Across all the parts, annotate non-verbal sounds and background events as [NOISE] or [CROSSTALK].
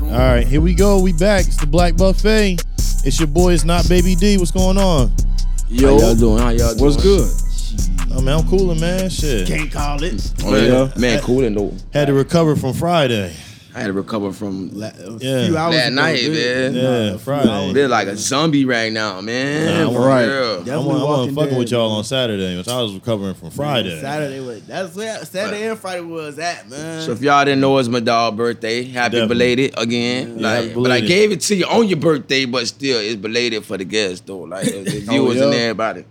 All right, here we go. We back. It's the Black Buffet. It's your boy. It's not Baby D. What's going on? Yo, how y'all doing? How y'all doing? What's good? I mean, I'm cooling, man. Shit, Can't call it. Oh, Man, man, yeah. man, cooling though. had to recover from Friday. I had to recover from La- a Yeah. few hours that ago, night, dude. man. Yeah, Friday. They're like a zombie right now, man. Nah, For right. real. Yeah. I Definitely wasn't walking fucking dead, with y'all on Saturday, but I was recovering from Friday. Saturday was that's where Saturday and Friday was at, man. So if y'all didn't know, it's my dog birthday. Happy Definitely. belated again. Yeah, like, happy but I belated. gave it to you on your birthday, but still, it's belated for the guests though. Like the viewers and yeah. everybody.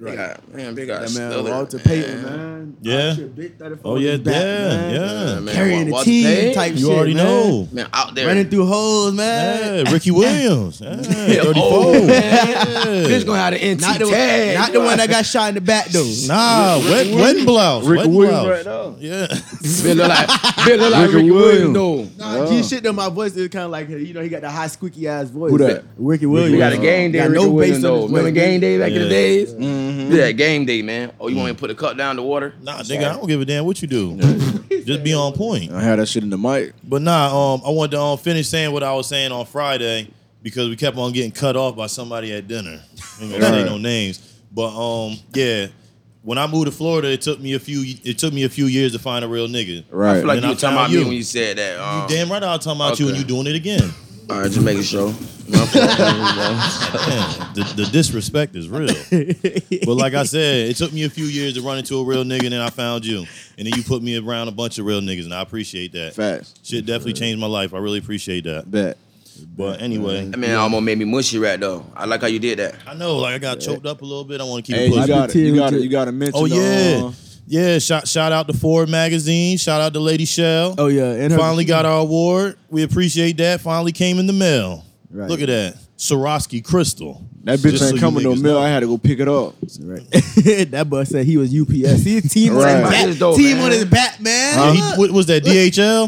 They Right. got, man, they got That man stiller, Walter man. Payton, man. Yeah. Out your big 34 Oh yeah, is back, yeah, man. yeah. Man, Carrying Wa- the Walter team Payton, type You shit, already man. know. Man, out there. Running through holes, man. Yeah, Ricky Williams. Yeah, 34. old, Yeah. This gonna have the NT Not the, tag. not the one that got shot in the back though. Nah, wet, wet blouse. Rick wet Williams blouse. right now. Yeah. [LAUGHS] Bill look like, Bill look like Ricky Ricky Williams Williams. though. Nah, G shit though. My voice is kind of like you know he got the high squeaky ass voice. Who that? Ricky Williams. We got a game day. Got Ricky no Williams, bass on though. his voice, Remember game day back in Yeah. Mm-hmm. the days? Yeah, game day, man. Oh, you want me to put a cup down the water? Nah, nigga, I don't give a damn what you do. Just be on point. I had that shit in the mic. But nah, um, I wanted to um, finish saying what I was saying on Friday because we kept on getting cut off by somebody at dinner. I ain't gonna say Right. no names, but um, yeah. When I moved to Florida, it took me a few. It took me a few years to find a real nigga. I Right. feel like Then you I were found talking about you. me when you said that. Um, Damn right, I was talking about you, and Okay. you doing it again. All right, just making sure. My fault. Damn, the, the disrespect is real. But like I said, it took me a few years to run into a real nigga, and then I found you, and then you put me around a bunch of real niggas, and I appreciate that. Facts. Shit definitely changed my life. I really appreciate that. Bet. But anyway, that man almost made me mushy right though. I like how you did that. I know, like I got choked up a little bit. I want to keep Hey, it you pushing. got to You Material got to to- You got to mention. Oh yeah, uh, yeah. Shout shout out to Ford Magazine. Shout out to Lady Shell. Oh yeah, and her, Finally got our award. We appreciate that. Finally came in the mail. Right. Look at that, Swarovski crystal. that bitch Just so ain't you coming no niggas mill. know. I had to go pick it up. Right. [LAUGHS] that boy said he was UPS. He team [LAUGHS] Right. on That is his back. dope, team man. on his back, man. Yeah, he- what was that DHL?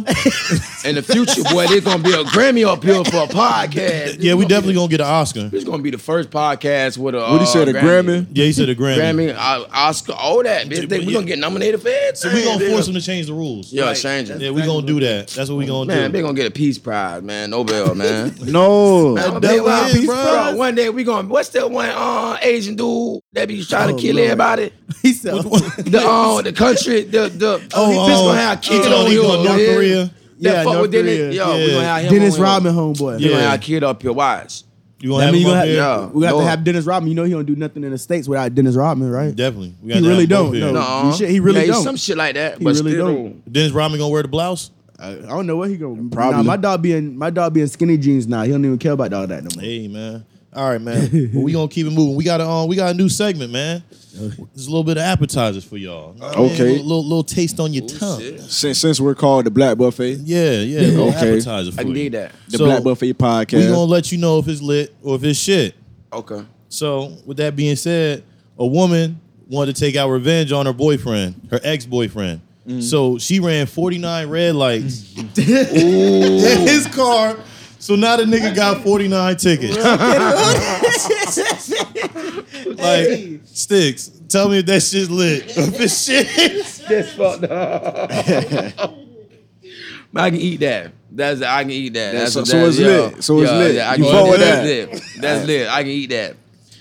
In [LAUGHS] the future, boy, there's gonna be a Grammy up here for a podcast. yeah, we definitely gonna get an Oscar. This gonna be the first podcast with a. What he uh, said? A Grammy. Yeah, he said a Grammy. Grammy, uh, Oscar, all that. Bitch, But we yeah. gonna get nominated for it. So we gonna force him to change the rules. Yeah, change it. yeah, we gonna do that. That's what we gonna Man, do. they gonna get a peace prize, man. Nobel, man. No. Man, I'm that big what wild it is, peace bro. prize. One day we gonna what's that one uh Asian dude that be trying Oh, to kill Lord. [LAUGHS] everybody? He said, The uh the country, the the [LAUGHS] Oh, he just gonna oh, have kid oh, on he here. going North yeah. Korea? That Yeah, fuck North with Dennis. Yo, Korea. Yeah. we gonna have him Dennis on here. Rodman, homeboy. We Yeah. gonna have kid up here. Watch. You gonna I have, mean, him you up gonna have, here? Yeah. we got Lord. to have Dennis Rodman. You know he don't do nothing in the states without Dennis Rodman, right? Definitely. We He gotta really have both don't, here. no. No, Oh, shit, he really yeah, don't. Some shit like that, He but really still, don't. Dennis Rodman gonna wear the blouse? I, I don't know what he going. Probably. Nah, my dog being my dog being skinny jeans now. He don't even care about all that no more. Hey man. All right, man. But we gonna keep it moving. We got a um, we got a new segment, man. There's a little bit of appetizers for y'all. You know what I mean? Okay. little, little little taste on your tongue. Oh, shit. Since since we're called the Black Buffet, Yeah, yeah. a little Okay. Appetizer for I can you. dig that. the So, Black Buffet We gonna podcast. let you know if it's lit or if it's shit. Okay. So, with that being said, a woman wanted to take out revenge on her boyfriend, her ex boyfriend. Mm-hmm. So she ran 49 red lights in [LAUGHS] his car. So now the nigga got 49 tickets. [LAUGHS] like, sticks. Tell me if that shit's lit. [LAUGHS] If it's shit. That's fucked up. I can eat that. That's I can eat that. That's so- what so that's, it's yeah. lit. So it's Yeah, lit. yeah, I You can fuck eat with that. That's lit. That's lit. I can eat that.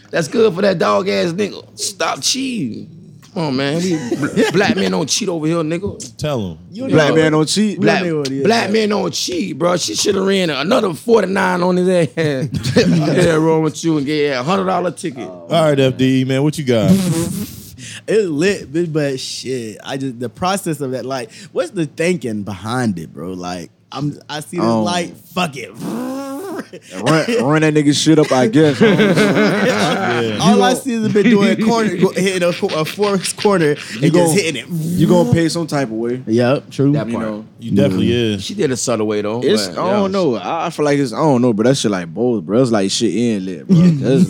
That's good for that dog ass nigga. Stop cheating. Come on, man. We bl- [LAUGHS] black men don't cheat over here, nigga. Tell him. You don't [LAUGHS] Black know- man don't cheat. Black- Black, know what it is, black man. men don't cheat, bro. She should have ran another 49 on his ass. [LAUGHS] yeah, wrong with you and get a hundred dollar ticket. All right, FDE, man, what you got? It's lit, bitch, but shit. I just the process of that. Like, what's the thinking behind it, bro? Like, I'm I see this Um, light. Fuck it. [LAUGHS] Run, run that nigga shit up. [LAUGHS] I guess. you Yeah. All I see is a bit doing corner, go- hitting a, cor- a forest corner and gon- just hitting it. gonna pay some type of way. Yep, true. That You part. know. You definitely is. She did a subtle way though. It's but, I yeah. don't know. I, I feel like it's I don't know, but that shit like bold, bro. It's like shit in lit, bro. That's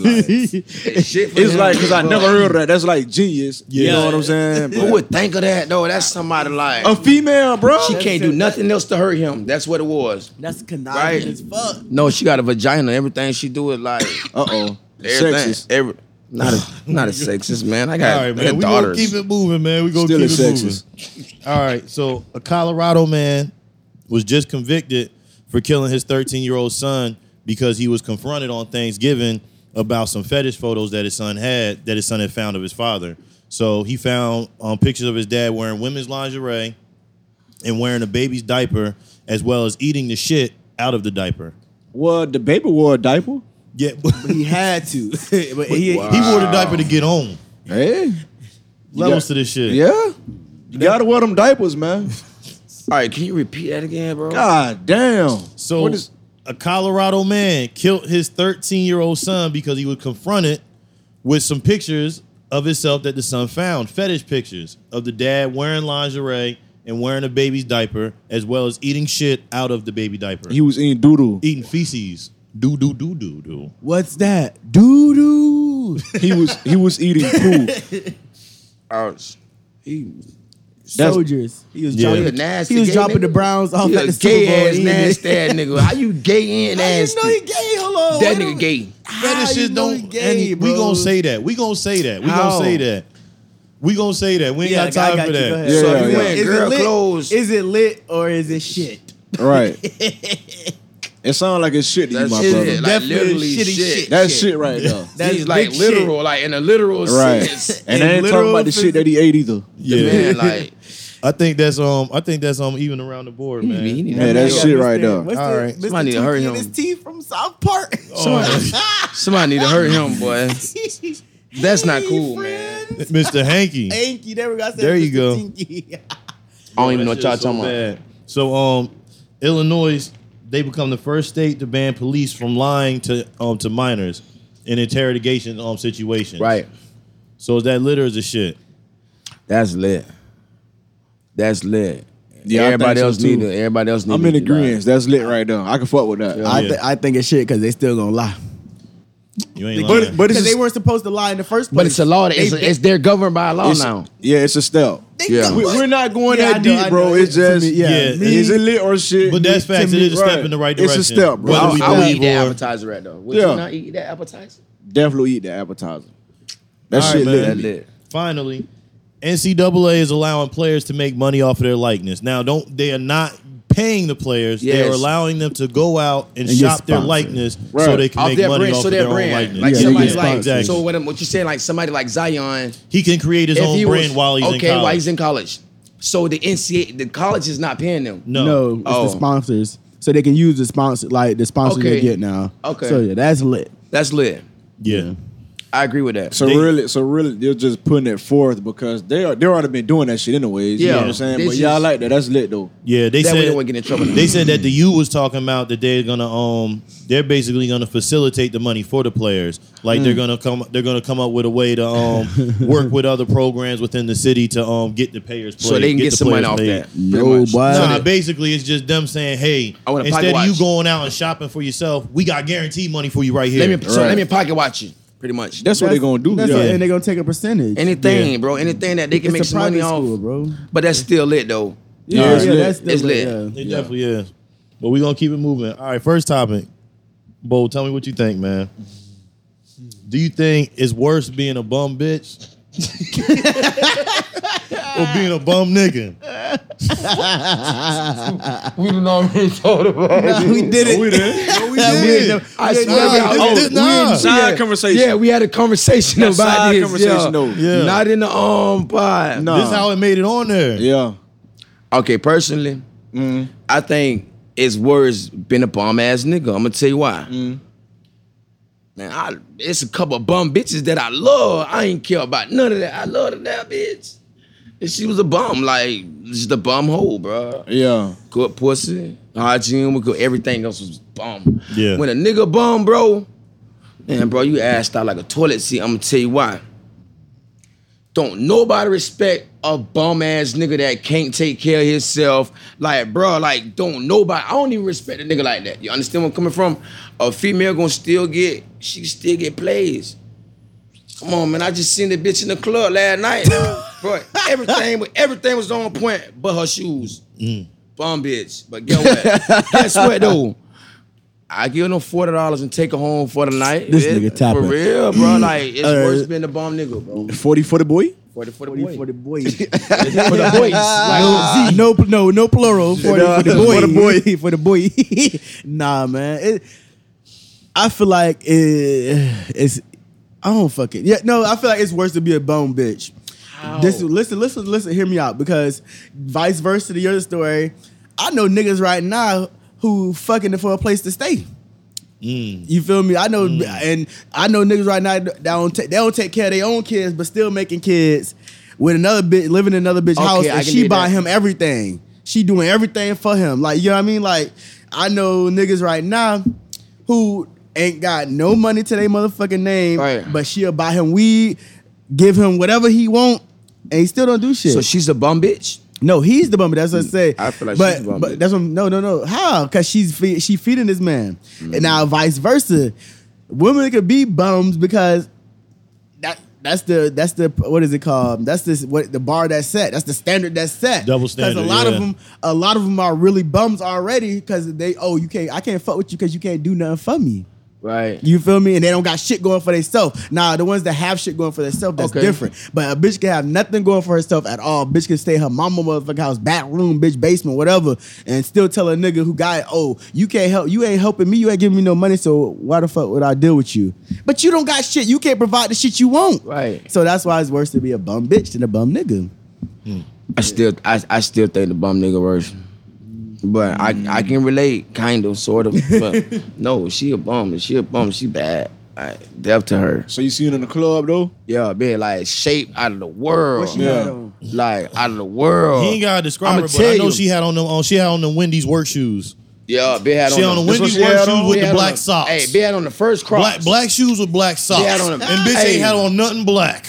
[LAUGHS] like, It's shit for it's him, like because I but- never heard of that. That's like genius. You Yeah. know what I'm saying? Who But would think of that though? That's somebody like a female, bro. She can't do nothing else to hurt him. That's what it was. [LAUGHS] That's Right. conniving as fuck. No, she got a vagina. Everything she do is like Uh oh. everything. Sexist. Every, not a not a sexist man. I got, All right, I man. got We gonna daughters. keep it moving, man. We gonna Still a keep it sexist. moving. All right, so a Colorado man was just convicted for killing his 13 year old son because he was confronted on Thanksgiving about some fetish photos that his son had that his son had found of his father. So he found um, pictures of his dad wearing women's lingerie and wearing a baby's diaper, as well as eating the shit out of the diaper. Well, the baby wore a diaper. Yeah, [LAUGHS] He had to, [LAUGHS] but he, Wow. he wore the diaper to get home. Hey, Levels got- to this shit. yeah, you gotta wear them diapers, [LAUGHS] man. All right, can you repeat that again, bro? God damn. So What is- a Colorado man killed his 13 year old son because he was confronted with some pictures of himself that the son found, fetish pictures of the dad wearing lingerie and wearing a baby's diaper, as well as eating shit out of the baby diaper, he was eating doodle. eating feces. Do do do do do. what's that? Doo doo. He was he was [LAUGHS] eating poo. Ouch. He, That's- Soldiers. He was Yeah. dropping. He a nasty he was gay dropping nigga. the Browns off he at a the gay Super Bowl. ass eating nasty it. ass nigga. How you gay and I didn't nasty? know he gay. Hold that on. wait a nigga minute. gay. How Fetishes you know don't. he gay, and we bro? gonna say that. We gonna say that. We How? gonna say that. We gonna say that. We ain't Yeah, got I time got for you. Go that. ahead. so Yeah, if you yeah. wearing Is girl it lit? clothes, Is it lit or is it shit? [LAUGHS] right. It sounds like it's shit to you, that's my shit. brother. Like Definitely literally shitty shit. shit. That's shit [LAUGHS] right there. That's He's like big literal, like in a literal Right. sense. And In I ain't talking literal about the shit that he ate either. Yeah, Man, like [LAUGHS] I think that's um. I think that's um. Even around the board, man. he need- Yeah, that that nigga- Shit. shit Mr. right there. Mr. All right. Mr. Somebody need to hurry Tweaky and him. his teeth from South Park. [LAUGHS] [LAUGHS] Somebody need to hurt him, boy. That's not cool, man. friends. Mr. [LAUGHS] Hanky. Thank you. There we go. I said There you Mr. go. I Tinky. don't even know That what shit y'all is so talking about. bad. So, um, Illinois, they become the first state to ban police from lying to um to minors in interrogation um situations. Right. So is that litter is a shit. That's lit. That's lit. Yeah, I everybody think else so, need too. to. Everybody else need I'm to. in be like- agreement. That's lit right there. I can fuck with that. Yeah. I, th- I think it's shit because they still gonna lie. You ain't lying. But but it's Because they a, weren't supposed to lie in the first place. But it's a law. That, They- it's, a, it's they're governed by a law it's a- now. yeah, it's a step. they yeah. come We, up- we're not going Oh, Yeah, I that know, I deep, bro. know. It's To me, just yeah. Yeah. Me- is it lit or shit? But that's facts. It me, is a step right. in the right It's a direction. step, bro. Whether Oh, I, we I would believe eat that or- appetizer right though. Would Yeah. you not eat that appetizer? Definitely eat the appetizer. That All right, shit man. lit. That lit. Finally, NCAA is allowing players to make money off of their likeness. Now, don't they are not paying the players. They Yes. are allowing them to go out and, And get shop their sponsored. likeness so Right. they can Off make their money brand, off so of their own brand, likeness. like Yeah, somebody yeah, like exactly. so. What, I'm- what you saying? Like somebody like Zion, he can create his if own he brand was while he's okay in college. while he's in college. So the NCAA, the college is not paying them. no, No, it's Oh. the sponsors. So they can use the sponsor, like the sponsors Okay. they get now. Okay. So yeah, that's lit. That's lit. yeah. I agree with that. So They- really, so really, they're just putting it forth because they are they already been doing that shit anyways. You Yeah. know what I'm saying? They But yeah, I just- like that. That's lit though. Yeah, they That way said they won't get in trouble. They said that the U was talking about that they're gonna um they're basically gonna facilitate the money for the players. Like they're gonna come they're gonna come up with a way to um work with other programs within the city to um get the players played, so they can get, the some money players off paid. that. pretty No, much. but- Nah, So they- basically it's just them saying, hey, I want a instead pocket of you watch. going out and shopping for yourself, we got guaranteed money for you right here. Let me so Right. let me pocket watch you, pretty much. That's, what they're gonna do. That's yeah. it, and they're gonna take a percentage. anything, bro. Anything that they can it's make a some money private off. school, bro. But that's still lit though. Yeah, it's lit. still It's lit. yeah. it definitely is. But we're gonna keep it moving. All right, first topic. Bo, tell me what you think, man. Do you think it's worse being a bum [LAUGHS] bitch? or being a bum nigga? We don't already talked about Nah, we did it. Oh, we did. I swear to God, Nah, oh, this- we nah. in- Side yeah, conversation. Yeah, we had a conversation That's about side this. conversation, yeah. though. Yeah. Not in the um pod. No. This how it made it on there. Yeah. Okay, personally, Mm-hmm. I think it's worse being a bum ass nigga. I'm gonna tell you why. Mm-hmm. Man, I, it's a couple of bum bitches that I love. I ain't care about none of that. I love the damn bitch. And she was a bum, like just a bum hole, bro. Yeah. Good pussy, hygiene, good. Everything else was bum. Yeah. When a nigga bum, bro, man, bro, you ass out like a toilet seat. I'm gonna tell you why. Don't nobody respect a bum ass nigga that can't take care of himself. Like, bro, like, don't nobody. I don't even respect a nigga like that. You understand where I'm coming from? A female gonna still get, she still get plays. Come on, man. I just seen the bitch in the club last night. bro, everything, wa- everything was on point but her shoes. Bum bitch. But guess what? guess what though? I give them forty dollars and take her home for the night. This It- nigga tapping. for real, bro. Like it's Uh, worse being a bum nigga, bro. 40 for the boy? For the for the Forty boy. [LAUGHS] for the boys. For the boys. Like, no, no, no [LAUGHS] plural. For, the, for For the the boy. [LAUGHS] for the boy. [LAUGHS] nah, man. It, I feel like it, it's. I don't fucking. Yeah, no. I feel like it's worse to be a bone bitch. This listen, listen, listen. Hear me out because vice versa to your story. I know niggas right now who fucking for a place to stay. Mm. You feel me? I know, and I know niggas right now that don't take, they don't take care of their own kids, but still making kids with another bitch living in another bitch Okay, house, I and can she dig buy that. him everything. She doing everything for him. Like you know what I mean? Like I know niggas right now who ain't got no money to their motherfucking name, Right. but she'll buy him weed, give him whatever he want, and he still don't do shit. so she's a bum bitch. No, he's the bummer. That's what I say. I feel like but, she's the bum But bitch. that's what. No, no, no. How? Because she's fe- she feeding this man, and Mm-hmm. now vice versa. Women could be bums because that that's the that's the what is it called? That's this what the bar that's set. That's the standard that's set. Double Because standard, a lot yeah. of them, a lot of them are really bums already because they oh you can't I can't fuck with you because you can't do nothing for me. Right. You feel me? And they don't got shit going for themselves. Nah, the ones that have shit going for themselves, that's Okay. different. But a bitch can have nothing going for herself at all. Bitch can stay in her mama motherfucking house, back room, bitch basement, whatever, and still tell a nigga who got it, oh, you can't help, you ain't helping me, you ain't giving me no money, so why the fuck would I deal with you? But you don't got shit. You can't provide the shit you want. Right. So that's why it's worse to be a bum bitch than a bum nigga. I still I, I still think the bum nigga worse. But I I can relate, kind of, sort of. But [LAUGHS] no, she a bum. She a bum. She bad. I deaf to her. So you seen in the club though? Yeah, being like shaped out of the world. she got on? Like out of the world. He ain't gotta describe I'ma her, but tell I know you. she had on them. On, she had on them Wendy's work shoes. Yeah, big had She on, on the the- Wendy's she work had shoes on? with Big the had black on- socks. Hey, big had on the first cross. black black shoes with black socks. had on And a- bitch Hey. ain't had on nothing black.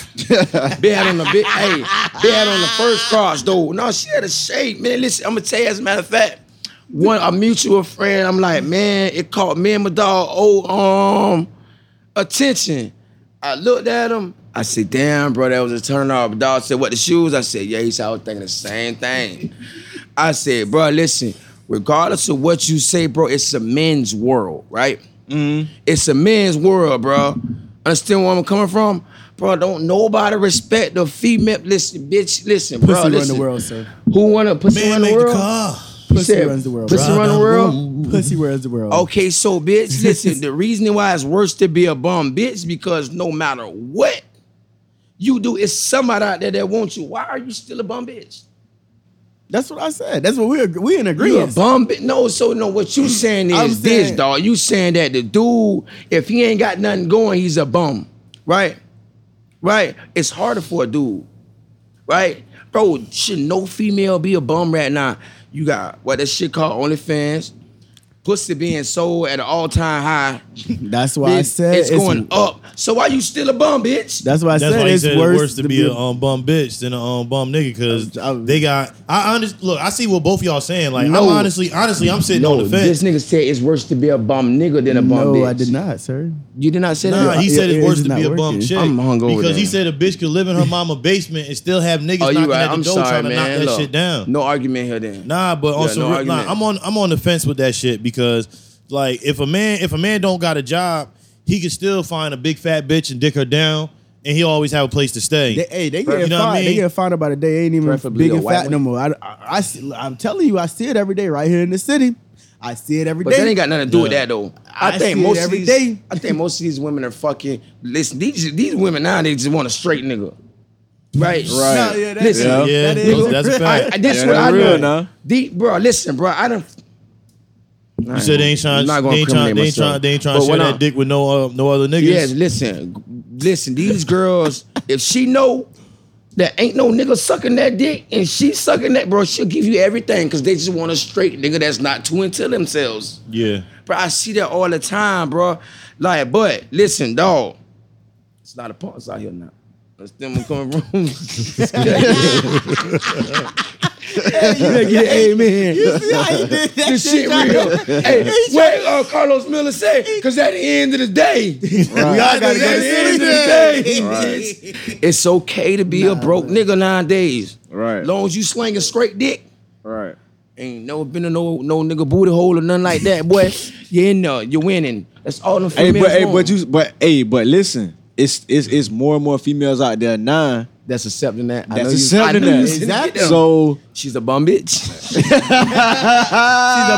Big had on the big. hey, big had on the first cross though. No, she had a shape, man. Listen, I'm gonna tell you. As a matter of fact, one a mutual friend. I'm like, man, it caught me and my dog. Oh, um, attention. I looked at him. I said, damn, bro, that was a turn off. My dog said, what the shoes? I said, yeah. He said, I was thinking the [LAUGHS] same thing. I said, bro, listen. Regardless of what you say, bro, it's a men's world, right? Mm-hmm. It's a men's world, bro. Understand where I'm coming from? Bro, don't nobody respect the female. Listen, bitch, listen, bro. Pussy run the listen. world, sir. Who wanna pussy Man, run the make the world? car. You Pussy said runs the world, Pussy bro. run the world? Pussy wears the world. Okay, so bitch, listen, the reason why it's worse to be a bum bitch because no matter what you do, it's somebody out there that wants you. Why are you still a bum bitch? That's what I said. That's what we're we in You a agreement. bum bitch? No, so no, what you saying Mm. I'm is this, saying- dog. You saying that the dude, if he ain't got nothing going, he's a bum. Right? Right? It's harder for a dude. Right? Bro, should no female be a bum right now? You got what that shit called OnlyFans. Pussy being sold at an all-time high. That's why I Bitch, said it's, going up. So why you still a bum, bitch? That's why I That's said why he it's said worse, it's worse to be a um, bum bitch than a um, bum nigga because I'm- I'm- they got. I honest look. I see what both y'all saying. Like No. I'm honestly, honestly, I'm sitting on the fence. this nigga said it's worse to be a bum nigga than a bum no, bitch. I did not, sir. You did not say Nah, that. he said it- it's it's worse to not be a bum working. chick. I'm hungover because he then. said a bitch could live in [LAUGHS] her mama basement and still have niggas Oh, you knocking right. at the I'm door sorry, trying to knock man. that Look, shit down. No argument here then. Nah, but Yeah, on some no real- argument. nah, I'm on I'm on the fence with that shit because like if a man if a man don't got a job, he can still find a big fat bitch and dick her down, and he always have a place to stay. They, hey, they get You know what I fined. They mean? get fined about a day. Ain't even Preferably big a and white fat no one. more. I, I, am telling you, I see it every day right here in the city. I see it every day. But that ain't got nothing to do with Yeah. that though. I, I think see it most every of these, day. I think most of these women are fucking. Listen, these these women now they just want a straight nigga, right? No, yeah, that- listen, Yeah. yeah, That is- that's a I, I, fact. this Yeah, is what that's I real know. now. The, bro, listen, bro. I don't. You said they ain't trying, Not they gonna ain't trying, incriminate they ain't myself. trying, they ain't trying But to share when I- that dick with no uh, no other niggas. Yes, listen, g- listen. These girls, if she know that ain't no nigga sucking that dick and she sucking that, bro, she'll give you everything because they just want a straight nigga that's not too into themselves. Yeah, Bro, I see that all the time, bro. Like, but listen, dog, it's a lot of punks out here now. That's them who coming from. [LAUGHS] amen. You see how he did that this shit right there? real. hey, what uh, Carlos Miller say? Because at the end of the day, We [LAUGHS] all at the gotta go to end of the day, it's, it's okay to be a broke nigga nowadays. Right. Long as you slinging straight dick. Right. Ain't never been to no no nigga booty hole or nothing like that, [LAUGHS] boy. you in there, you winning. That's all them Hey, females but hey, want. but you but hey, but listen, it's it's it's more and more females out there now that's accepting that. I That's know you- accepting I know you- that. Exactly. So she's a bum bitch. She's a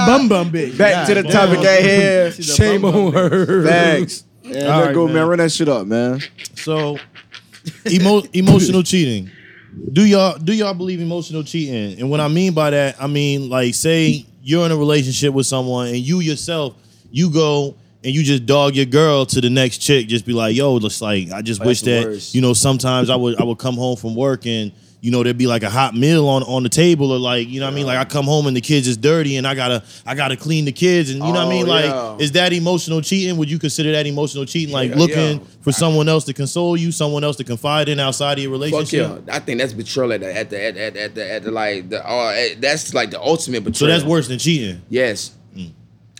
bum bum bitch. back to the damn. topic at [LAUGHS] hand. She's a Shame bum on her. Facts. Yeah, All let right, go, man. man. Run that shit up, man. So, emo- [LAUGHS] emotional cheating. Do y'all do y'all believe emotional cheating? And what I mean by that, I mean like say you're in a relationship with someone and you yourself you go and you just dog your girl to the next chick, just be like, yo, just like I just wish Oh, the that worst. you know sometimes I would I would come home from work and you know there'd be like a hot meal on on the table or like you know what I mean like I come home and the kids is dirty and I gotta I gotta clean the kids and you know what I Oh, mean like yeah. is that emotional cheating? Would you consider that emotional cheating? Like Yeah, looking yeah. for someone else to console you, someone else to confide in outside of your Fuck relationship. yeah. I think that's betrayal at the at the at the, at the, at the, at the like the uh, at- that's like the ultimate betrayal. So that's worse than cheating. Yes. Mm.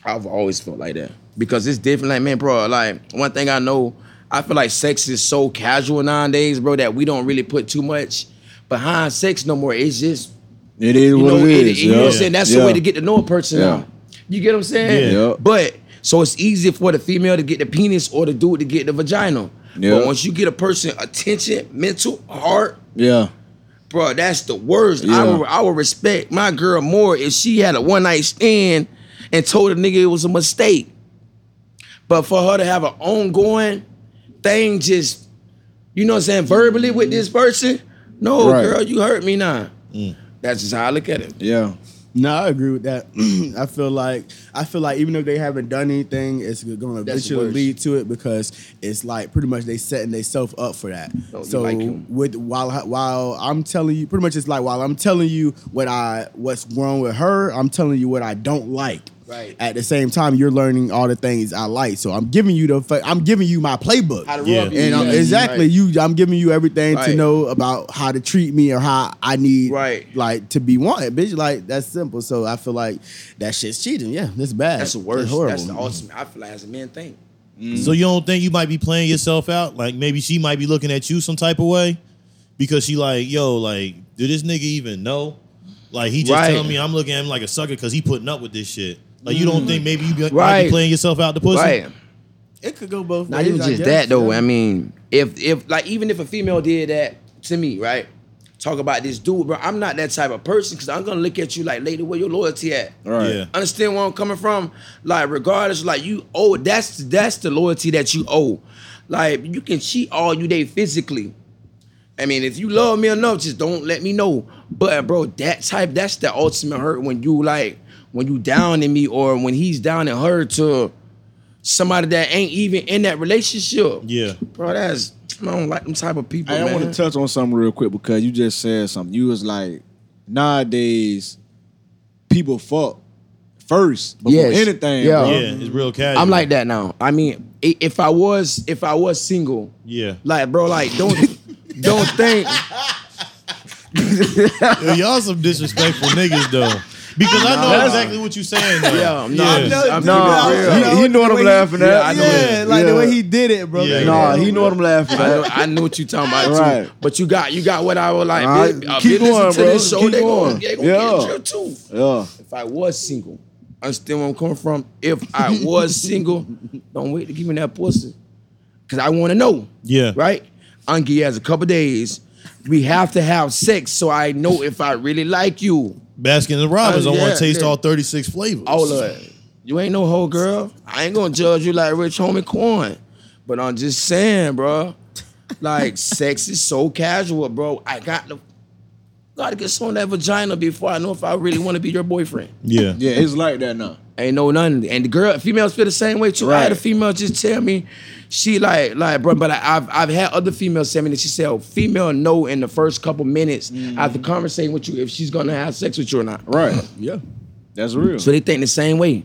I've always felt like that. Because it's different, like, man, bro, like, one thing I know, I feel like sex is so casual nowadays, bro, that we don't really put too much behind sex no more. It's just, It is you what know, it it- is. you know yeah. what I'm saying? That's Yeah. the way to get to know a person Yeah. now. You get what I'm saying? Yeah. Yeah. But, so it's easy for the female to get the penis or the dude to get the vagina. Yeah. But once you get a person attention, mental, heart, Yeah. Bro, that's the worst. I Yeah. would I would respect my girl more if she had a one night stand and told a nigga it was a mistake. But for her to have an ongoing thing, just you know what I'm saying, verbally with this person, no, Right. girl, you hurt me now. That's just how I look at it. Yeah. No, I agree with that. [CLEARS THROAT] I feel like I feel like even if they haven't done anything, it's going to That's eventually worse. lead to it because it's like pretty much they setting themselves up for that. Don't Oh, you so like him? with while while I'm telling you, pretty much it's like while I'm telling you what I what's wrong with her, I'm telling you what I don't like. Right. At the same time, you're learning all the things I like. So I'm giving you the fu- I'm giving you my playbook. How to Yeah. rub you. And I'm, yeah, exactly, right. you. I'm giving you everything to Right. know about how to treat me or how I need, Right. Like to be wanted, bitch. Like that's simple. So I feel like that shit's cheating. Yeah, that's bad. That's the worst. horrible. That's the ultimate. I feel like that's a man thing. Mm-hmm. So you don't think you might be playing yourself out? Like maybe she might be looking at you some type of way because she like, yo, like, do this nigga even know? Like he just Right. Mm-hmm. telling me I'm looking at him like a sucker because he putting up with this shit. Like you don't think maybe you be, might be Right. playing yourself out the pussy? Right. it could go both. Not ways, even I just guess, that though. yeah. I mean, if if like even if a female did that to me, right? Talk about this dude, bro. I'm not that type of person because I'm gonna look at you like, lady, where your loyalty at? Right. Yeah. Understand where I'm coming from? Like, regardless, like you owe that's that's the loyalty that you owe. Like, you can cheat all you day physically. I mean, if you love me enough, just don't let me know. But bro, that type, that's the ultimate hurt when you like when you down in me or when he's down in her to somebody that ain't even in that relationship. Yeah. Bro, that's I don't like them type of people. I man. want to touch on something real quick because you just said something. You was like, nowadays, people fuck first before Yes. anything. Yeah. bro. Yeah, it's real casual. Uh-huh. I'm like that now. I mean, i- if I was if I was single, [LAUGHS] Yeah. like bro, like don't don't think Yo, y'all some disrespectful niggas though. Because [LAUGHS] I know exactly what you're saying though. Yeah, I'm yeah. not- I know, I'm dude, not I real. know He- he know what the I'm way laughing at. Yeah, I know yeah it. like the Yeah. way he did it, bro. Yeah. Nah, he know what I'm laughing I know, at. I know what you talking about Right. too. But you got you got what I was like. All bitch, right, uh, bitch, keep listen going, to bro. This show, Keep they going. going. They gonna Yeah. get jailed too. Yeah. If I was single, understand where I'm coming from. If I [LAUGHS] was single, don't wait to give me that pussy, cause I want to know. Yeah. Right. Unky has a couple days. We have to have sex so I know if I really like you. Baskin and Robbins, I Oh, want yeah, to taste yeah. all 36 flavors. All of it. Oh, You ain't no hoe girl. I ain't gonna judge you like Rich Homie Coin. But I'm just saying, bro. Like sex is so casual, bro. I got to gotta get some of that vagina before I know if I really wanna be your boyfriend. Yeah. Yeah, it's like that now. Ain't no nothing. And the girl, females feel the same way too. I had a Right. female just tell me, she like, like, bro, but I, have I've had other females tell me that she said, oh, female know in the first couple minutes after conversating with you if she's gonna have sex with you or not. Right. [LAUGHS] Yeah. That's real. So they think the same way.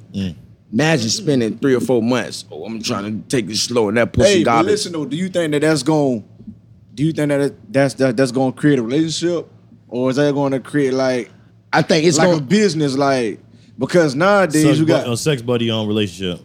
Imagine spending three or four months. Oh, I'm trying to take it slow, and that pussy hey, but garbage. listen though, do you think that that's going? Do you think that it- that's that, that's going to create a relationship, or is that going to create like I think it's like a gonna. business like? Because nowadays Sex, you bu- got a sex buddy on relationship.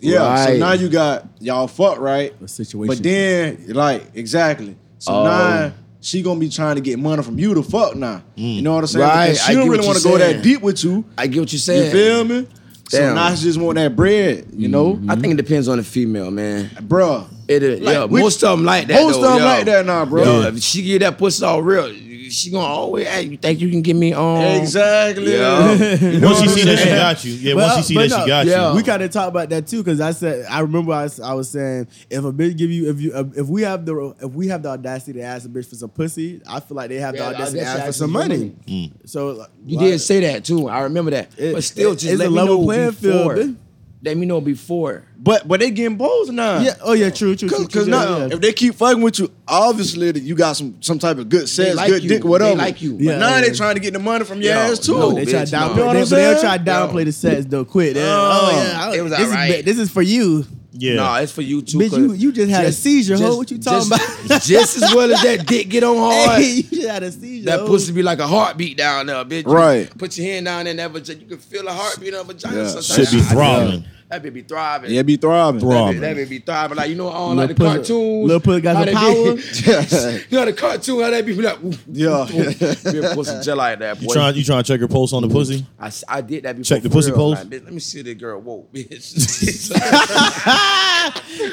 yeah, so Right. now you got y'all fuck right A situation. But then like exactly, so Oh. now she gonna be trying to get money from you to fuck now. You know what I'm saying? Mm. Right, Because I she don't get really what want to you're go saying. that deep with you. I get what you're saying. Mm-hmm. You feel me? So Damn. now she just want that bread, you know, I think it depends on the female, man. bruh. It, is- yeah, we- most of them like that. Most though, of them yo. like that now, bro. Yo, if she give that pussy all real, she gonna always. Hey, you think you can give me um, on? Exactly. Yeah. once she see what I'm that she saying? got you, yeah. Well, once she see but that she no, got yeah. you, We kind of talked about that too because I said I remember I, was- I was saying if a bitch give you if you if we have the if we have the audacity to ask a bitch for some pussy, I feel like they have Yeah, the audacity to that's ask for actually some your money. Mm. So like, You why- did say that too. I remember that. It- but still, it- just it's let a me level know playing field, before. bitch. let me know before. But but they getting balls now. yeah. Oh yeah, true, true, true. Cause, cause true, now, yeah, yeah. if they keep fucking with you, obviously that you got some some type of good sex, like good you. dick, They whatever. like you. But Yeah, now yeah. they trying to get the money from your Yo, ass too. no, they try to bitch, no. You know downplay, what they, I'm but they'll saying? try to downplay Yo. the sex though. Quick, They're, Yeah. oh yeah, I- It was this, is, alright. this is for you, yeah. No, it's for you too. bitch. 'cause You you just had a seizure, ho. What [LAUGHS] you [LAUGHS] talking just- about? just as well as that dick get on hard. [LAUGHS] hey, you just had a seizure. That ho. pussy be like a heartbeat down there, bitch. You Right. Put your hand down in that vagina. You can feel a heartbeat in a vagina. Yeah. Sometimes. Should be I- I- throbbing. That bitch be thriving. Yeah, be throbbing. Throbbing. That bitch be thriving. Like, you know, on Lil like the pussy- cartoons. Lil pussy got how some that power. bitch- [LAUGHS] you know, the cartoon, how that bitch be like, ooh, [LAUGHS] Yeah. [LAUGHS] Bitch, pussy just like that, You boy. trying you trying to check her pulse on the pussy? I, s- I did that before. Check the for pussy real. pose. Like, bitch, let me see that girl. Whoa, [LAUGHS] bitch.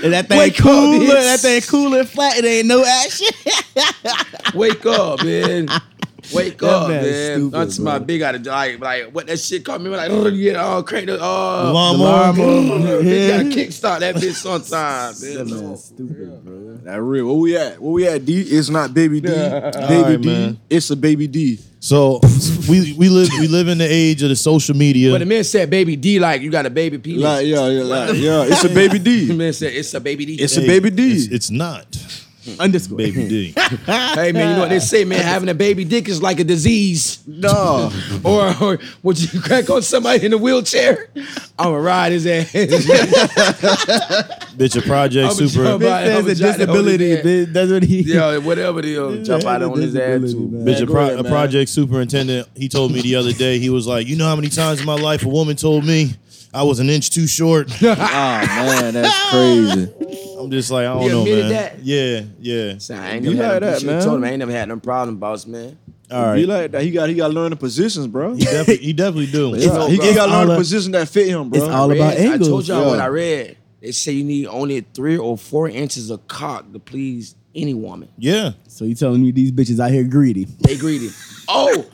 And that thing Wake up, cool. bitch. That thing cool and flat. It ain't no action. Wake up, man. Wake That up, man is man. stupid, That's my bro. big out of like, like what that shit called me like, oh, you get all crank, the uh, [LAUGHS] Lawnmower. bitch Yeah. gotta kickstart that bitch sometime, That man. man's stupid, bro. That real. Where we at? Where we at? D. It's not baby D. Baby Alright, D. man. It's a baby D. So we we live we live in the age of the social media. But the man said, "Baby D, like you got a baby penis." Like yeah, yeah, like, yeah. It's a baby the [LAUGHS] D. man said, "It's a baby D." It's a baby D. It's, it's not Underscore. baby D. hey man, you know what they say, man? Having a baby dick is like a disease. no. Or, or would you crack on somebody in a wheelchair? I'ma ride his ass. [LAUGHS] Bitch, a project I'm a super. jump Bitch, out. Bitch I'ma says a jot that on his disability. head. Bitch, that's what he. [LAUGHS] Yo, whatever it is, jump out on his ass Disability, too. man. a, go pro- ahead, a man. project superintendent. He told me the other day. He was like, you know how many times in my life a woman told me I was an inch too short. Oh man, that's crazy. I'm just like, I don't You know, admitted man. that? Yeah, yeah. So I ain't You never had like no- that, should've man. Told him I ain't never had no problem, boss man. All He right. like that. He got he got to learn the positions, bro. He definitely, he definitely do. Yeah, all- he he it's got to learn all the a- position that fit him, bro. it's all Read- about angles. I told y'all Yeah. what I read. They say you need only three or four inches of cock to please any woman. Yeah. So you telling me these bitches out here greedy? They greedy. Oh,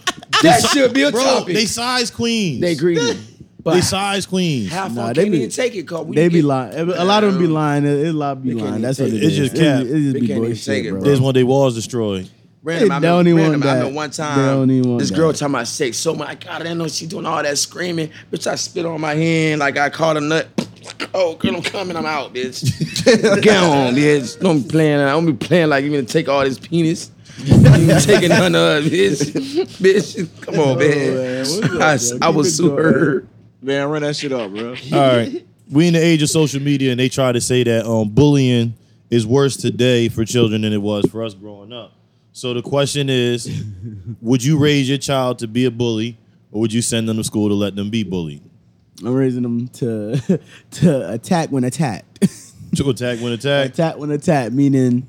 that should be a Bro, topic. they They, size queens. greedy. But They size queens. half Nah, nah, they can't be- even take it. Cause we [LAUGHS] They be get- lying. A lot of them be lying. It, it lot be They can't lying. even That's what take it it. is. It's just cap. It, just They be can't even take bullshit, it, bro. bro. There's one day walls destroyed. Random, I They don't remember, even random, want I that. remember one time They don't even want this girl that. talking about sex so much. God, I didn't know she doing all that screaming. Bitch, I spit on my hand like I caught a nut. Oh, girl, I'm coming. I'm out, [LAUGHS] bitch. Get on, bitch. Don't be playing. I don't be playing like you gonna take all this penis. you [LAUGHS] ain't taking none of it, bitch. bitch, come on, man. What's man. up, I, bro? I Keep was it going. super. Man, run that shit up, bro. All right. We in the age of social media, and they try to say that um, bullying is worse today for children than it was for us growing up. So the question [LAUGHS] is, would you raise your child to be a bully, or would you send them to school to let them be bullied? I'm raising them to [LAUGHS] to attack when attacked. [LAUGHS] To attack when attacked. attack when attacked, meaning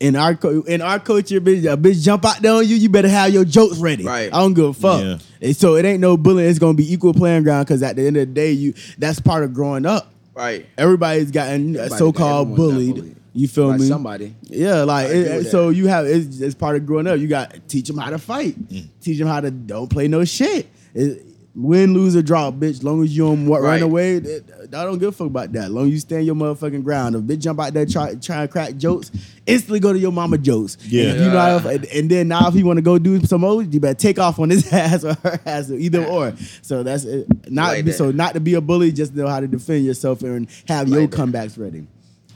in our co- in our culture, bitch, a bitch jump out there on you, you better have your jokes ready. Right. I don't give a fuck. Yeah. And so it ain't no bullying. It's gonna be equal playing ground because at the end of the day, you that's part of growing up. Right. Everybody's gotten got- so everyone called got bullied. bullied. You feel By me? somebody. Yeah, like agree it, with so you have it's, it's part of growing up. You got to teach them how to fight. Mm. Teach them how to don't play no shit. It, win, lose or draw, bitch. Long as you don't wa- Right. run away, that- I don't give a fuck about that. Long as you stand your motherfucking ground. If bitch jump out there try try and crack jokes, instantly go to your mama jokes. Yeah. And, if you know how to- and, and then now if he want to go do some old, you better take off on his [LAUGHS] ass or her ass, or either or. So that's it. not Like be, that. so not to be a bully, just know how to defend yourself and have your Like that. comebacks ready.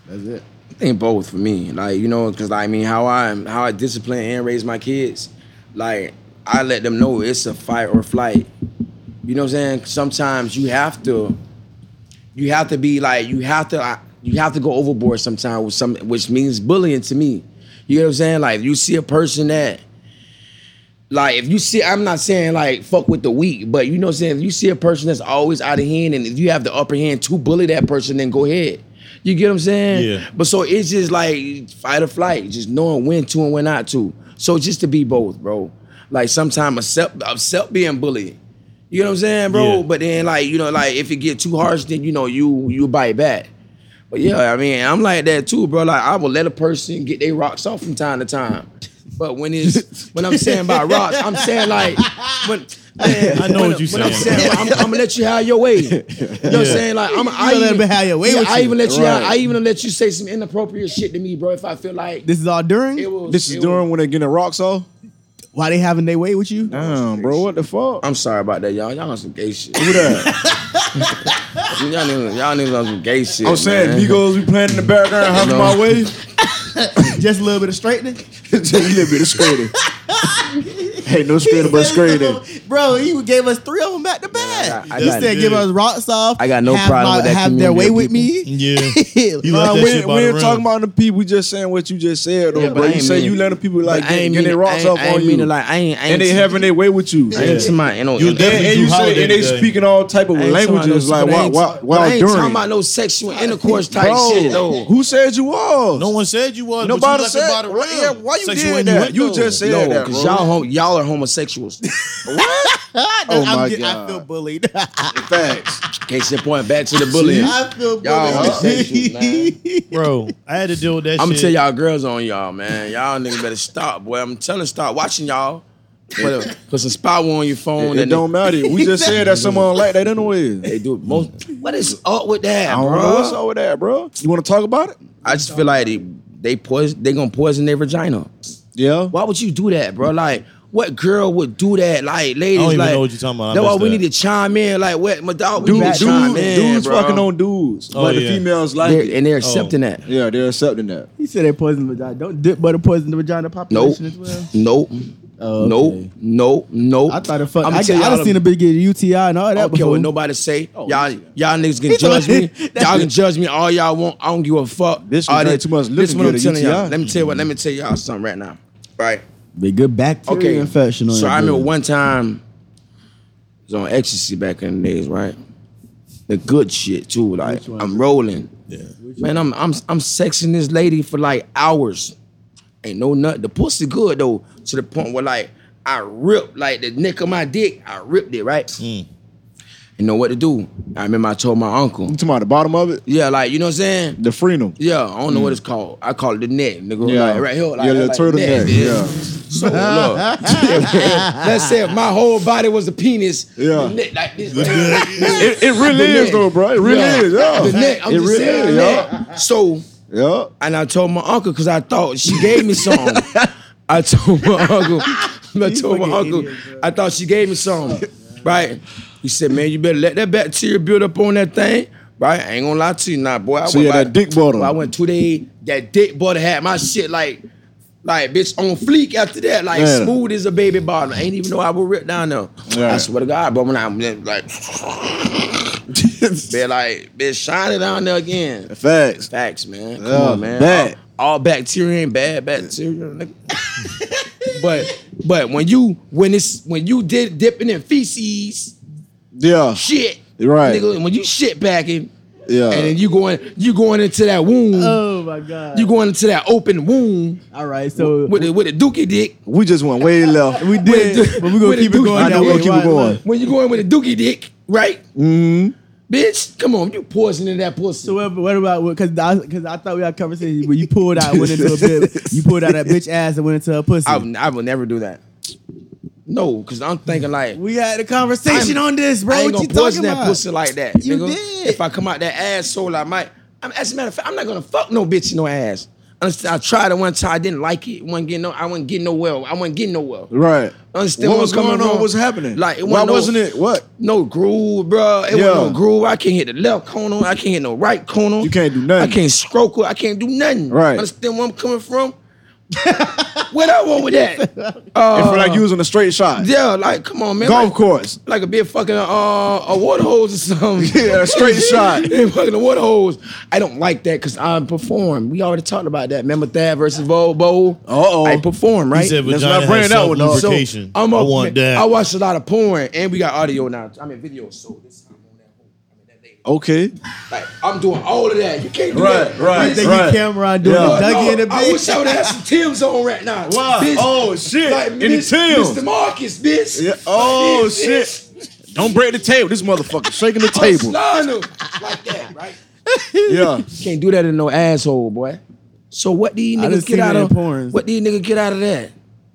That's it. I think both for me. Like you know, because I mean, how I am, how I discipline and raise my kids. Like I let them know it's a fight or flight. You know what I'm saying? Sometimes you have to, you have to be like you have to, I- you have to go overboard sometimes with some, which means bullying to me. You know what I'm saying? Like if you see a person that. Like if you see, I'm not saying like fuck with the weak, but you know what I'm saying. If you see a person that's always out of hand, and if you have the upper hand to bully that person, then go ahead. You get what I'm saying? Yeah. But so it's just like fight or flight, just knowing when to and when not to. So just to be both, bro. Like sometimes a self, a self being bullied. You know what I'm saying, bro? Yeah. But then like you know, like if it get too harsh, then you know you you bite back. But yeah, I mean, I'm like that too, bro. Like I will let a person get their rocks off from time to time. But when it's when I'm saying by rocks, I'm saying like when [LAUGHS] I know when- what you when I'm saying. saying I'm, I'm gonna let you have your way. You know what I'm Yeah. saying? Like I'm I gonna let even, me have your way yeah, with I you. even let you Right. I even let you say some inappropriate shit to me, bro, if I feel like This is all during. it was This is it during was- when they getting rocks off. Why they having their way with you? Damn, bro, what the fuck? I'm [LAUGHS] sorry about that, y'all. Y'all on some gay shit. Who that? Y'all niggas, y'all niggas on some gay shit. I'm saying man. Migos be playing in the background, [LAUGHS] hugging my way. Just a little bit of straightening. Just a little bit [LAUGHS] of screening. Ain't no screening but screening. [LAUGHS] Bro, he gave us three of them back to back. I He got- said, "Give us rocks off." I got no have problem my- with that Have their way community of with me. Yeah. [LAUGHS] He Nah, left that Nah, we shit ain't, by we the ain't rim. talking about the people. We just saying what you just said, though, Yeah, but bro. I You ain't say mean- you letting people like But I get, ain't get mean their to- rocks I off ain't- I on ain't you, mean to like I ain't I ain't and they to- having their way with you. I ain't to my you know, You and- definitely And, and you Through say, holiday and they today. speaking all type of I ain't talking about languages, no- like but I why, ain't- why, but why I ain't during? talking about no sexual intercourse type Bro, shit though. Who said you was? No one said you was. but Nobody you left it said- by the why- rim. yeah, why you Sexual did that? innuendo. You just said- No, that, because bro. y'all hom- y'all are homosexuals. Oh I'm my get- I God. feel bullied. [LAUGHS] facts. Case in point, back [LAUGHS] to the bullying. I feel bullied. Y'all [LAUGHS] homosexuals, man. [LAUGHS] bro. I had to deal with that. I'm gonna shit. tell y'all girls on y'all, man. Y'all niggas better stop, boy. I'm telling stop watching y'all. Put, a, put some spy war on your phone. It, it and don't matter. [LAUGHS] We just said that someone like that anyway. They, they do it most. What is up with that, I don't know what's bro? up with that, bro. You want to talk about it? I just feel like they they poison. They gonna poison their vagina. Yeah. Why would you do that, bro? Like, what girl would do that? Like, ladies, even like, know what you're talking about. I That's why missed we that. need to chime in. Like, what, my dog? We Dude, need to dude, chime in, dudes bro. fucking on dudes, Oh, but the yeah. females like They're- it. Oh. and they're accepting that. yeah, they're accepting that. He said they poison the vagina. Don't dip butter poison the vagina Nope. population as well. Nope. Oh, okay. Nope. Nope. Nope. I thought it fuck. I'ma I, I tell y'all done seen a bitch get UTI and all that I don't care before. what nobody say. y'all, yeah. y'all niggas can He's judge me. like- y'all can judge me all y'all want. I don't give a fuck. This All one that- drank too much This is liquor what I'm to get a telling y'all. UTI. Let me tell you what. Let me tell y'all something right now. Right. They good bacteria Okay. infection on so your I brain. remember one time, I was on ecstasy back in the days, right? The good shit too. Like Which one? I'm rolling. Yeah. Man, I'm I'm I'm sexing this lady for like hours. Ain't no nut. The pussy good though, to the point where like I ripped like the neck of my dick. I ripped it right. You know what to do. I remember I told my uncle. [LAUGHS] You talking about the bottom of it? Yeah, like you know what I'm saying. The freedom. Yeah, I don't know what it's called. I call it the neck, nigga. Mm. Yeah. Like, right here, like Yeah, the like turtleneck, yeah. [LAUGHS] So look, if- if- let's say if my whole body was a penis. Yeah. the neck like this. right here, [LAUGHS] like this. It, it really The is neck. though, bro. It really is. Yeah. The neck. I'm it just really saying, is. the Yeah. neck. So Yeah. and I told my uncle because I thought she gave me some. I told [LAUGHS] my uncle. I told my fucking uncle. idiot, bro. I thought she gave me some. right? He said, "Man, you better let that bacteria build up on that thing." Right? I ain't gonna lie to you, now, boy. I So went yeah, by- that dick butter. Boy, I went two days. That dick butter had my shit like, like bitch on fleek. After that, like Yeah. smooth as a baby bottle. I ain't even know I was ripped down there. Yeah. I swear to God, but when [LAUGHS] I'm like, they like, bitch, shine it down there again. Facts. Facts, man. Come Yeah, on, man. bad. All, all bacteria ain't bad bacteria. nigga. [LAUGHS] but but when you when it's when you did dipping in feces, Yeah. shit, Right. Nigga, when you shit packing, Yeah. and then you going you going into that womb, Oh my god. you going into that open womb All right, so with a, with a dookie dick. we just went way left. we did, but we gonna with a keep it dookie- I going. that know way. we'll keep it Why- going. When you going with a dookie dick, right? Mm-hmm. Bitch, come on, you poisoning that pussy. So what, what about because I because I thought we had a conversation where you pulled out went into a bit you pulled out [LAUGHS] that bitch ass and went into her pussy. I, would- I would never do that. No, because I'm thinking like we had a conversation I'm- on this, bro. I ain't what gonna you talking poison that about? pussy like that. You nigga. did. If I come out that asshole, I might. I'm, as a matter of fact, I'm not gonna fuck no bitch in no ass. Understand? I tried it one time. I didn't like it. wasn't getting no. I wasn't getting no well. I wasn't getting no well. Right. Understand what where was I'm coming going on? from? What's happening? Like, it why wasn't no- wasn't it? What? No groove, bro. It Yeah. wasn't no groove. I can't hit the left corner. I can't hit no right corner. You can't do nothing. I can't stroke it. I can't do nothing. Right. Understand where I'm coming from? [LAUGHS] what I want with [LAUGHS] that? it felt Uh, like you was on a straight shot. yeah, like come on, man. Golf Like- course. like a big fucking uh, a water hose or something. [LAUGHS] Yeah, a [LAUGHS] straight shot. Yeah, fucking a water hose. I don't like that because I perform. We already talked about that. Remember Thad versus Volvo? Uh-oh. I perform, right? He said Let's vagina not bring has that one up. so lubrication. I'm I up, want that. I watch a lot of porn and we got audio now. I mean video, so this time on that hole. I mean that lady. Okay. Like I'm doing all of that. You can't do Right, that. right. They Bitch, think Right. you Cameron doing Yeah. the Dougie in the I wish bitch. I would have some Tim's on right now. Why? Oh, shit. Like, In the Miss- Tim's. Mr. Marcus, bitch. Yeah. Like, Oh bitch, bitch. shit. Don't break the table. This motherfucker shaking the I'm table. slamming 'em like that, right? yeah. Can't do that in no asshole, boy. So what these I done niggas seen get out it in of? porns. What these niggas get out of that?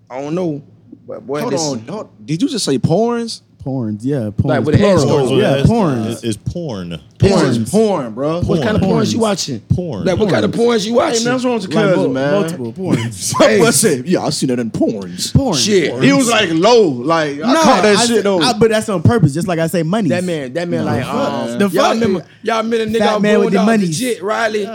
I don't know. But boy, Hold listen. on. hold- Did you just say porns? Porns, yeah, porns. Like with an plural. S on Porn, yeah, that's- porns. It's, it's porn. Porns. Porns. Porn, bro. What kind of porn Porns. you watching? Porn. Like what kind of porn you watching? wrong with Like cousin, mul- multiple porns. [LAUGHS] Hey. I said, yeah, I seen that in porns. porns. Shit. It was like low. Like, I caught that I shit said- though. I- but that's on purpose, just like I say money. That man, that man, like, um, The y'all fuck? remember, y'all remember the nigga Fat I man with with the the money, monies. legit, Riley.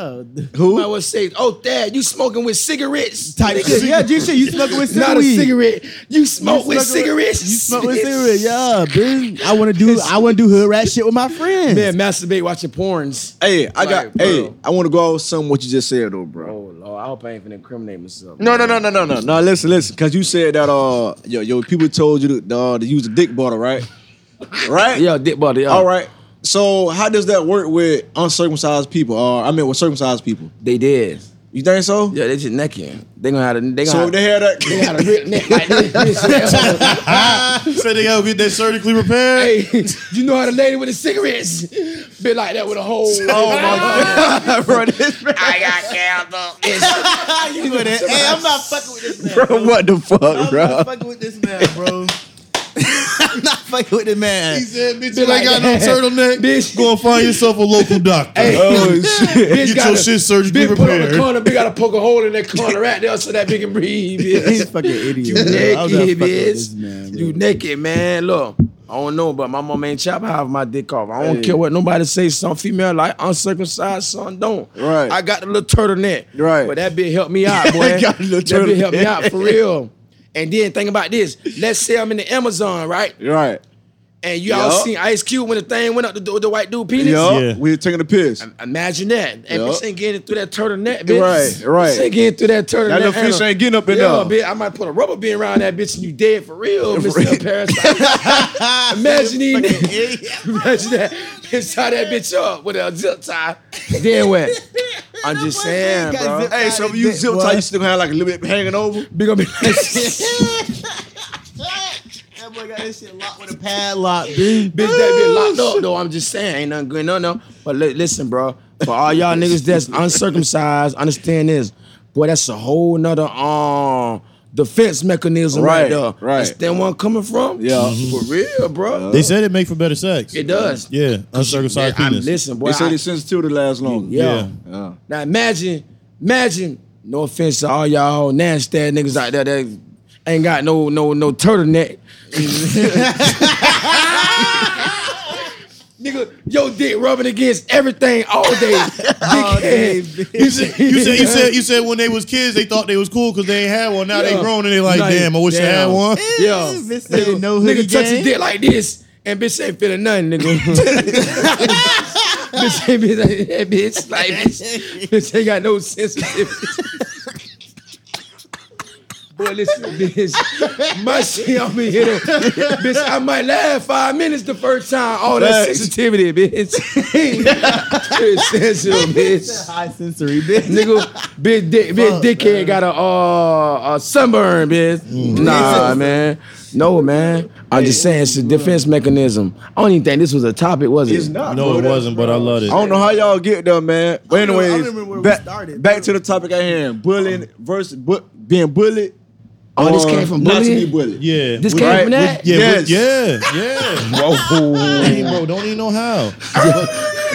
Who? I would say, oh, Dad, you smoking with cigarettes? type Nigga, shit. Yeah, G shit. You smoking with not a weed. cigarette. You smoke You with smoking cigarettes. You smoke with cigarette. Yeah, bitch. I want to do. I want to do hood rat shit with my friends. Man, masturbate watching porns. Hey, I got. Like, bro. hey, I want to go out with some what you just said though, bro. Oh Lord, I hope I ain't finna incriminate myself. No, no, no, no, no, no, no. Listen, listen, because you said that uh, yo, yo, people told you to, uh, to use a dick bottle, right? Right. Yeah, dick body. All right. So how does that work with uncircumcised people? Or I mean, with circumcised people? they did. You think so? Yeah, they just necking. They gonna have to. They gonna. So have, if they had that. they gonna have to rip neck [LAUGHS] like this. [LAUGHS] Said they gotta get that surgically repaired. hey, you know how the lady with the cigarettes been like that with a whole. Oh my god, bro, this man- I got [LAUGHS] cancer. It's- hey, I'm not fucking with this man. bro, what the [LAUGHS] fuck, bro? fucking with this man, bro. [LAUGHS] I'm not fucking with this man. He said, bitch, you ain't got no turtleneck. [LAUGHS] Bitch. Go and find yourself a local doctor. Oh shit. Bitch Get got your a- shit surgically Bitch put on the repaired. corner. Bitch got to poke a hole in that corner right there so that bitch can [LAUGHS] breathe. Bitch. He's a fucking You [LAUGHS] idiot. bro. I was not naked, fucking with bitch. man, bro. you naked, man. Look, I don't know, but my mom ain't chop half my dick off. I don't care what nobody say. Some female like uncircumcised, son don't. Right. I got the little turtleneck. Right. But that bitch helped me [LAUGHS] out, boy. Got that the little bitch helped me turtleneck. out for real. And then think about this. Let's say I'm in the Amazon, right? Right. And you all Yup. seen Ice Cube when the thing went up the, the white dude penis. Yeah. Yeah. We're taking a piss. Imagine that. And Yup. bitch ain't getting through that turtleneck, bitch. Right, right. Bitch ain't getting through that turtleneck. That little and fish a- ain't getting up in yeah, there. bitch, I might put a rubber band around that bitch and you dead for [LAUGHS] real, Mr. Parasite. Imagine these niggas. [LAUGHS] Imagine that. Bitch, tie that bitch up with a zip tie. Then [LAUGHS] what? I'm just saying, got bro. zip- Hey, so if you zip tie, you still gonna have like a little bit hanging over. Big up. bitch, That boy got this shit locked with a padlock, dude. that bitch locked up, though. I'm just saying. Ain't nothing good. No, no. But li- listen, bro. For all y'all niggas [LAUGHS] that's uncircumcised, understand this. Boy, that's a whole nother um defense mechanism right, Right, there. right. Understand where I'm coming from? Yeah. For real, bro. They said it make for better sex. It does. Yeah, uncircumcised Yeah, I'm penis. listen, boy. They say I- their sensitivity lasts longer. yeah. Yeah. Now imagine, imagine. No offense to all y'all nasty ass niggas out there that ain't got no no no turtleneck. [LAUGHS] Nigga, your dick rubbing against everything all day. all day, you said You said you said you said when they was kids they thought they was cool because they ain't had one. Now they Yeah. grown and they like, Like, damn, I wish I had damn. one. Yo, This nigga no Nigga hoodie touch gang. his dick like this, and bitch ain't feeling nothing, [LAUGHS] nigga. bitch ain't been like that, bitch. Like, bitch, bitch ain't got no sensitivity. Boy, listen, bitch. My shit, I'm in here. Bitch, I might laugh five minutes the first time. All that Facts. sensitivity, bitch. [LAUGHS] It's sensitive, bitch. High sensory, bitch. Nigga, big dick, big dickhead got a uh, a sunburn, bitch. Nah, man, no, man. I'm just saying it's a defense mechanism. I don't even think this was a topic, was it? It's not. No, bro. it That's- wasn't, but I love it. I don't know how y'all get there, man. But I don't know- I anyways, don't remember where we back, started, back bro. to the topic at hand: bullying versus bu- being bullied. Oh, this or came from Not to bullying? be bullied. Yeah. This we- came right, from that. yeah, Yes. we- yeah, yeah. Hey, bro, don't even know how.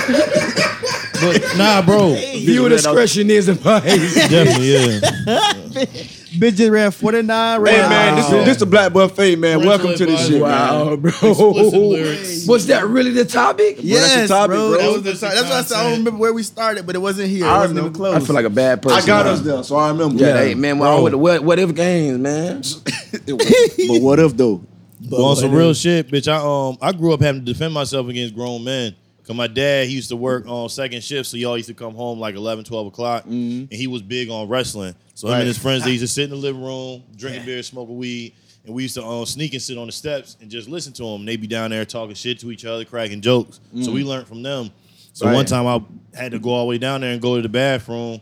but nah, bro. Viewer discretion is advised. Definitely, yeah. Bitch just ran 49 rounds. Hey man, this Wow. is this the black buffet, man. Parental Welcome to this advisory. shit. man. Wow, bro. Explicit lyrics. Was that really the topic? Yeah. that's the Yes, topic, bro. bro. That was the topic. That's why I said I don't remember where we started, but it wasn't here. It wasn't even close. I feel like a bad person. I got man. us there, so I remember. Yeah, hey, man, we're all with the what, what if games, man. but what if though? But on some real shit, bitch. I um I grew up having to defend myself against grown men. Cause my dad he used to work on second shift, so y'all used to come home like 11, 12 o'clock, and he was big on wrestling. So him and his friends they used to sit in the living room, drinking beer, smoking weed, and we used to um, sneak and sit on the steps and just listen to them. They be down there talking shit to each other, cracking jokes. So we learned from them. So one time I had to go all the way down there and go to the bathroom,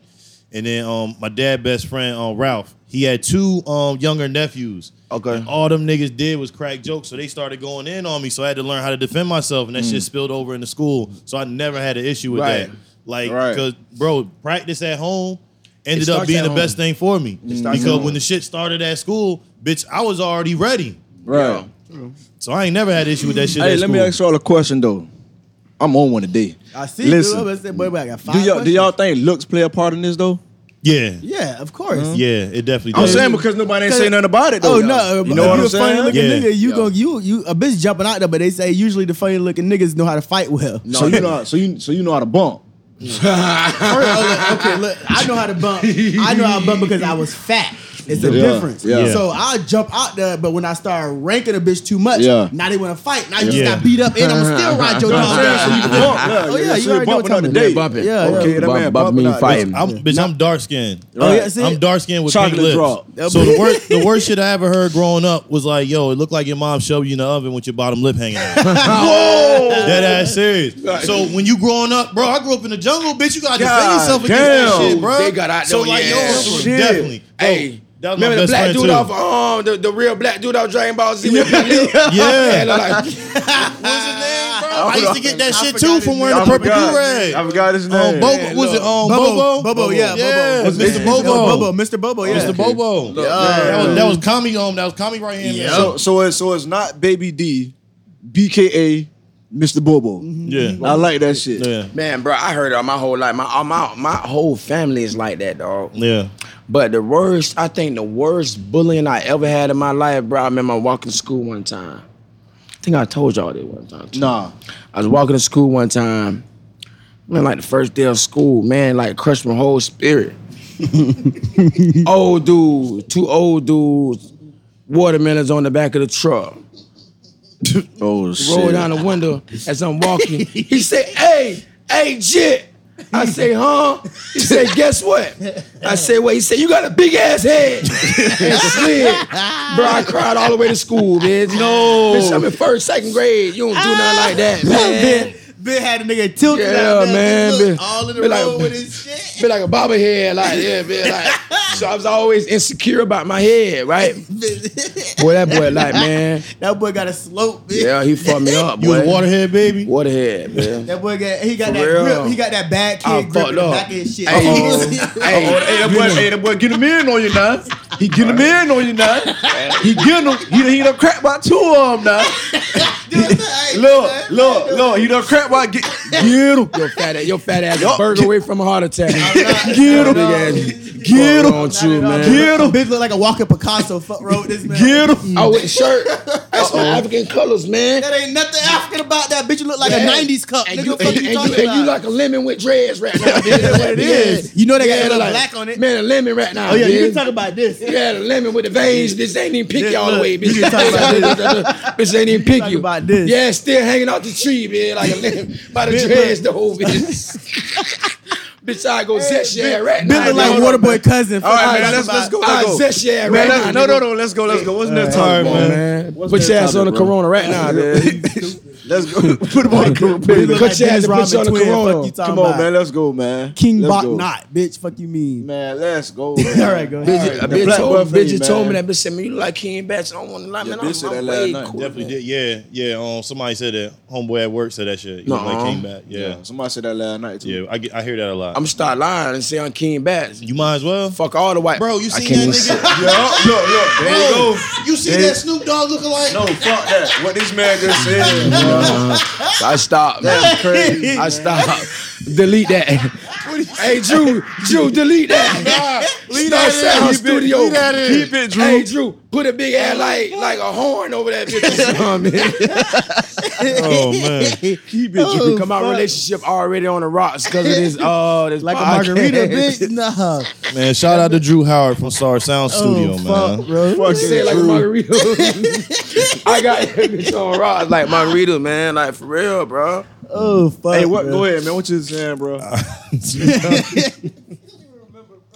and then um my dad best friend um Ralph he had two um younger nephews. Okay. And all them niggas did was crack jokes, so they started going in on me. So I had to learn how to defend myself, and that shit spilled over into school. So I never had an issue with Mm. Right. that. Like, Right. because bro, practice at home ended up starts being at the home. best thing for me starts at because home. when the shit started at school, bitch, I was already ready. Right. So I ain't never had issue with that shit. Hey, at let school. me ask y'all a question though. I'm on one today. I see. Listen. dude, I said, boy, boy, I got five Do y'all do y'all questions. think looks play a part in this though? Yeah, Yeah, of course. yeah, it definitely. I'm did. saying because nobody ain't saying nothing about it though. Oh no! Mm-hmm. you if- know if what you I'm a funny saying? looking Yeah. nigga, you Yeah. gon' you you a bitch jumping out there, but they say usually the funny looking niggas know how to fight well. No, so you know, so you so you know how to bump. First, I was like, okay, look, I know how to bump. I know how to bump because I was fat. It's a Yeah, difference. yeah. So I jump out there, but when I start ranking a bitch too much, Yeah. now they want to fight. Now you Yeah. just got beat up, and I'm gonna still ride your You know what I'm saying? So dog. you can bump. Yeah, Oh, yeah, you already so know bumping what out the time day. it is. Yeah, yeah. okay, that Bump- man bump bumping mean out the- fighting. I'm, bitch, I'm dark skinned. Oh, yeah, see? I'm dark skinned with Chocolate pink lips. drop. So the worst, the [LAUGHS] worst shit I ever heard growing up was like, yo, it looked like your mom shoved you in the oven with your bottom lip hanging [LAUGHS] out. That ass serious. So when you growing up, bro, I grew up in the jungle, bitch. You gotta defend God yourself against that damn. shit, bro. They got out So there, like, yeah. yo, it was Shit. definitely. Bro, Hey, that was my remember the best black friend dude too. off um the, the real black dude off Dragon Ball Z? with big lip? [LAUGHS] Yeah. look like, What's his name, bro? I used to get that I shit forgot too his from name. wearing the I purple forgot. do rag. I forgot his Um, name. Bobo, was it um, Bobo, Bobo? Bobo, yeah, yeah, Bobo. Mr. Bobo, Bobo. Bobo, Mr. Bobo, yeah. Mr. Bobo. Look, That man. was that was Kami home. That was Kami right hand. man. So so it's so it's not Baby D, BKA, Mr. Bobo. yeah, I like that shit. yeah, man, bro, I heard it all my whole life. My all my my whole family is like that, dog. yeah. But the worst, I think the worst bullying I ever had in my life, bro. I remember I walking to school one time. I think I told y'all that one time. too. Nah. I was walking to school one time. Man, like the first day of school, man, like crushed my whole spirit. old dude, two old dudes, watermelons on the back of the truck. Oh shit. Roll down the window as I'm walking. he said, "Hey, hey, jit." I say, "Huh?" He said, "Guess what?" I said, "What?" He said, "You got a big ass head." and slid. Bro, I cried all the way to school, bitch. No, bitch, I'm in first, second grade. You don't do nothing like that, man. Ben, ben had a nigga tilted Yeah, out there, man, just look, Ben- all in the Ben like- road with his shit. Be like a bobber head, like yeah, man. Like, so I was always insecure about my head, right? Boy, that boy, like man, That boy got a slope, bitch. yeah, he fucked me up, You was boy. a waterhead baby. Waterhead, man. That boy got he got For that real. grip. He got that bad I kid grip fucked in the up. back of his [LAUGHS] shit. Uh-oh. Oh, hey, that boy, hey, that boy getting him in on you now. He getting him in on you now. He getting him. He, done- he done cracked by two of them now. Look, look, look. He done cracked by get, get him. Your fat, ass- your fat ass Yup. burger away from a heart attack. Get him. Big ass Get fuck him. wrong with you, man. Get him. Bitch look like a walking Picasso. Fuck road this man. Get [LAUGHS] him. Oh, with the shirt. That's my African colors, man. That ain't nothing African about that bitch. You look like Yeah. a '90s cup. And Nigga, you, fuck and, you you- and talking you, and you about? like a lemon with dreads right [LAUGHS] now. bitch. That's what it is. You know they got a Yeah, little like- black on it. Man, a lemon right now. oh yeah, you bitch. can talk about this. You had a lemon with the veins. This ain't even pick This- you all the look, way, you bitch. can talk [LAUGHS] about This ain't even pick talk you. about this. Yeah, still hanging off the tree, man. Like a lemon by the Bitch, dreads, the whole bitch. [LAUGHS] bitch, I go zest your ass right now. Bitch look like bitch. Waterboy cousin. Fuck All right, you man. Let's, talking let's go. about? I Let's go. zest your ass Man, right let's, now. no, no, nigga. no. Let's go. Let's go. What's next All right, topic, man. man? man. Put your ass on the corona right [LAUGHS] now, man. Let's go. [LAUGHS] Put him on the corona. Bitch look Put like your ass and put Dennis you on Rodman the twin. corona. Fuck you talking Come on, about? man. Let's go, man. King Let's Bach go. not, bitch. Fuck you mean? Man, [LAUGHS] let's go. All right, go ahead. A The bitch black told, buffet, bitch told me man. that bitch said, man, you look like King Batch. I don't want to lie, man. bitch said I'm, that I'm last way night. cool. Definitely did. Yeah, yeah. Um, somebody said that homeboy at work said that shit. You Nuh-uh. know, like came back. Yeah, Yeah, somebody said that last night too. yeah. I get, I hear that a lot. I'm gonna start lying and say I'm King Batch. you might as well, Fuck all the white. bro. You I seen can't that nigga? even say- [LAUGHS] Yeah, look, look, there you go. You see There- that Snoop Dogg looking like? No, fuck that. What this man just [LAUGHS] said, bro, I stopped, man. that's crazy. I stopped. delete that. hey, Drew, Drew, delete [LAUGHS] that. Leave Stop that in. Sound Keep it- Studio. leave that in. Keep it, Drew. Hey, Drew, put a big ass like like a horn over that bitch. [LAUGHS] or something. Oh man. [LAUGHS] Keep it. Oh, Come out fuck. relationship already on the rocks because of this. Oh, this Like a podcast. margarita, bitch. Nah. Man, shout out to Drew Howard from Star Sound Studio, oh, man. [LAUGHS] fuck, bro. Fuck Say it it, like a Drew. margarita. [LAUGHS] I got that bitch on rocks like margarita, man. Like for real, bro. Uh, Oh fuck. Hey, what? bro. Go ahead, man. What you saying, bro? I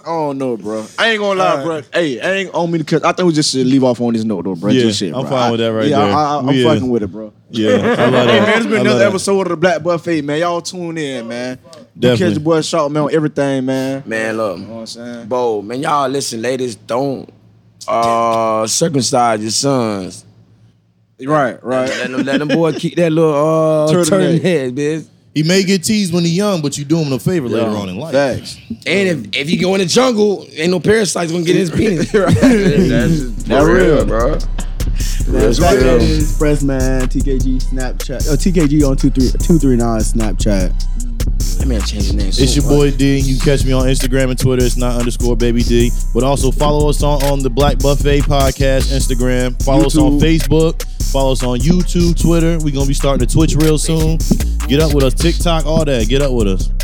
don't know, bro. I ain't gonna lie, bro. Hey, I ain't on me because I think we just should leave off on this note, though, bro. Yeah, Just shit, I'm bro. fine I- with that right yeah, there. I, I, I'm We, uh, fucking with it, bro. Yeah, I love that. Hey man, I it's been love another that. episode of the Black Buffet, man. Y'all tune in, man. You Catch Definitely. the boy shot man on everything, man. Man, look. You know what I'm saying? Bo, man, y'all listen, ladies, don't uh circumcise your sons. Right, right. Let them, let them boy keep that little uh Turtleneck. turn head, bitch. He may get teased when he's young, but you do him a favor later on in life. Facts. And if, if he go in the jungle, ain't no parasites gonna get in his penis. that's just, That's real. bro. That's That's real. Press man, TKG Snapchat. Oh, TKG on 23- 239 Snapchat. That man changed his name. so It's your much. boy D. You can catch me on Instagram and Twitter. It's not underscore baby D. But also follow us on, on the Black Buffet Podcast Instagram. Follow us on Facebook. Follow us on YouTube, Twitter. We're gonna be starting a Twitch real soon. Get up with us, TikTok, all that. Get up with us.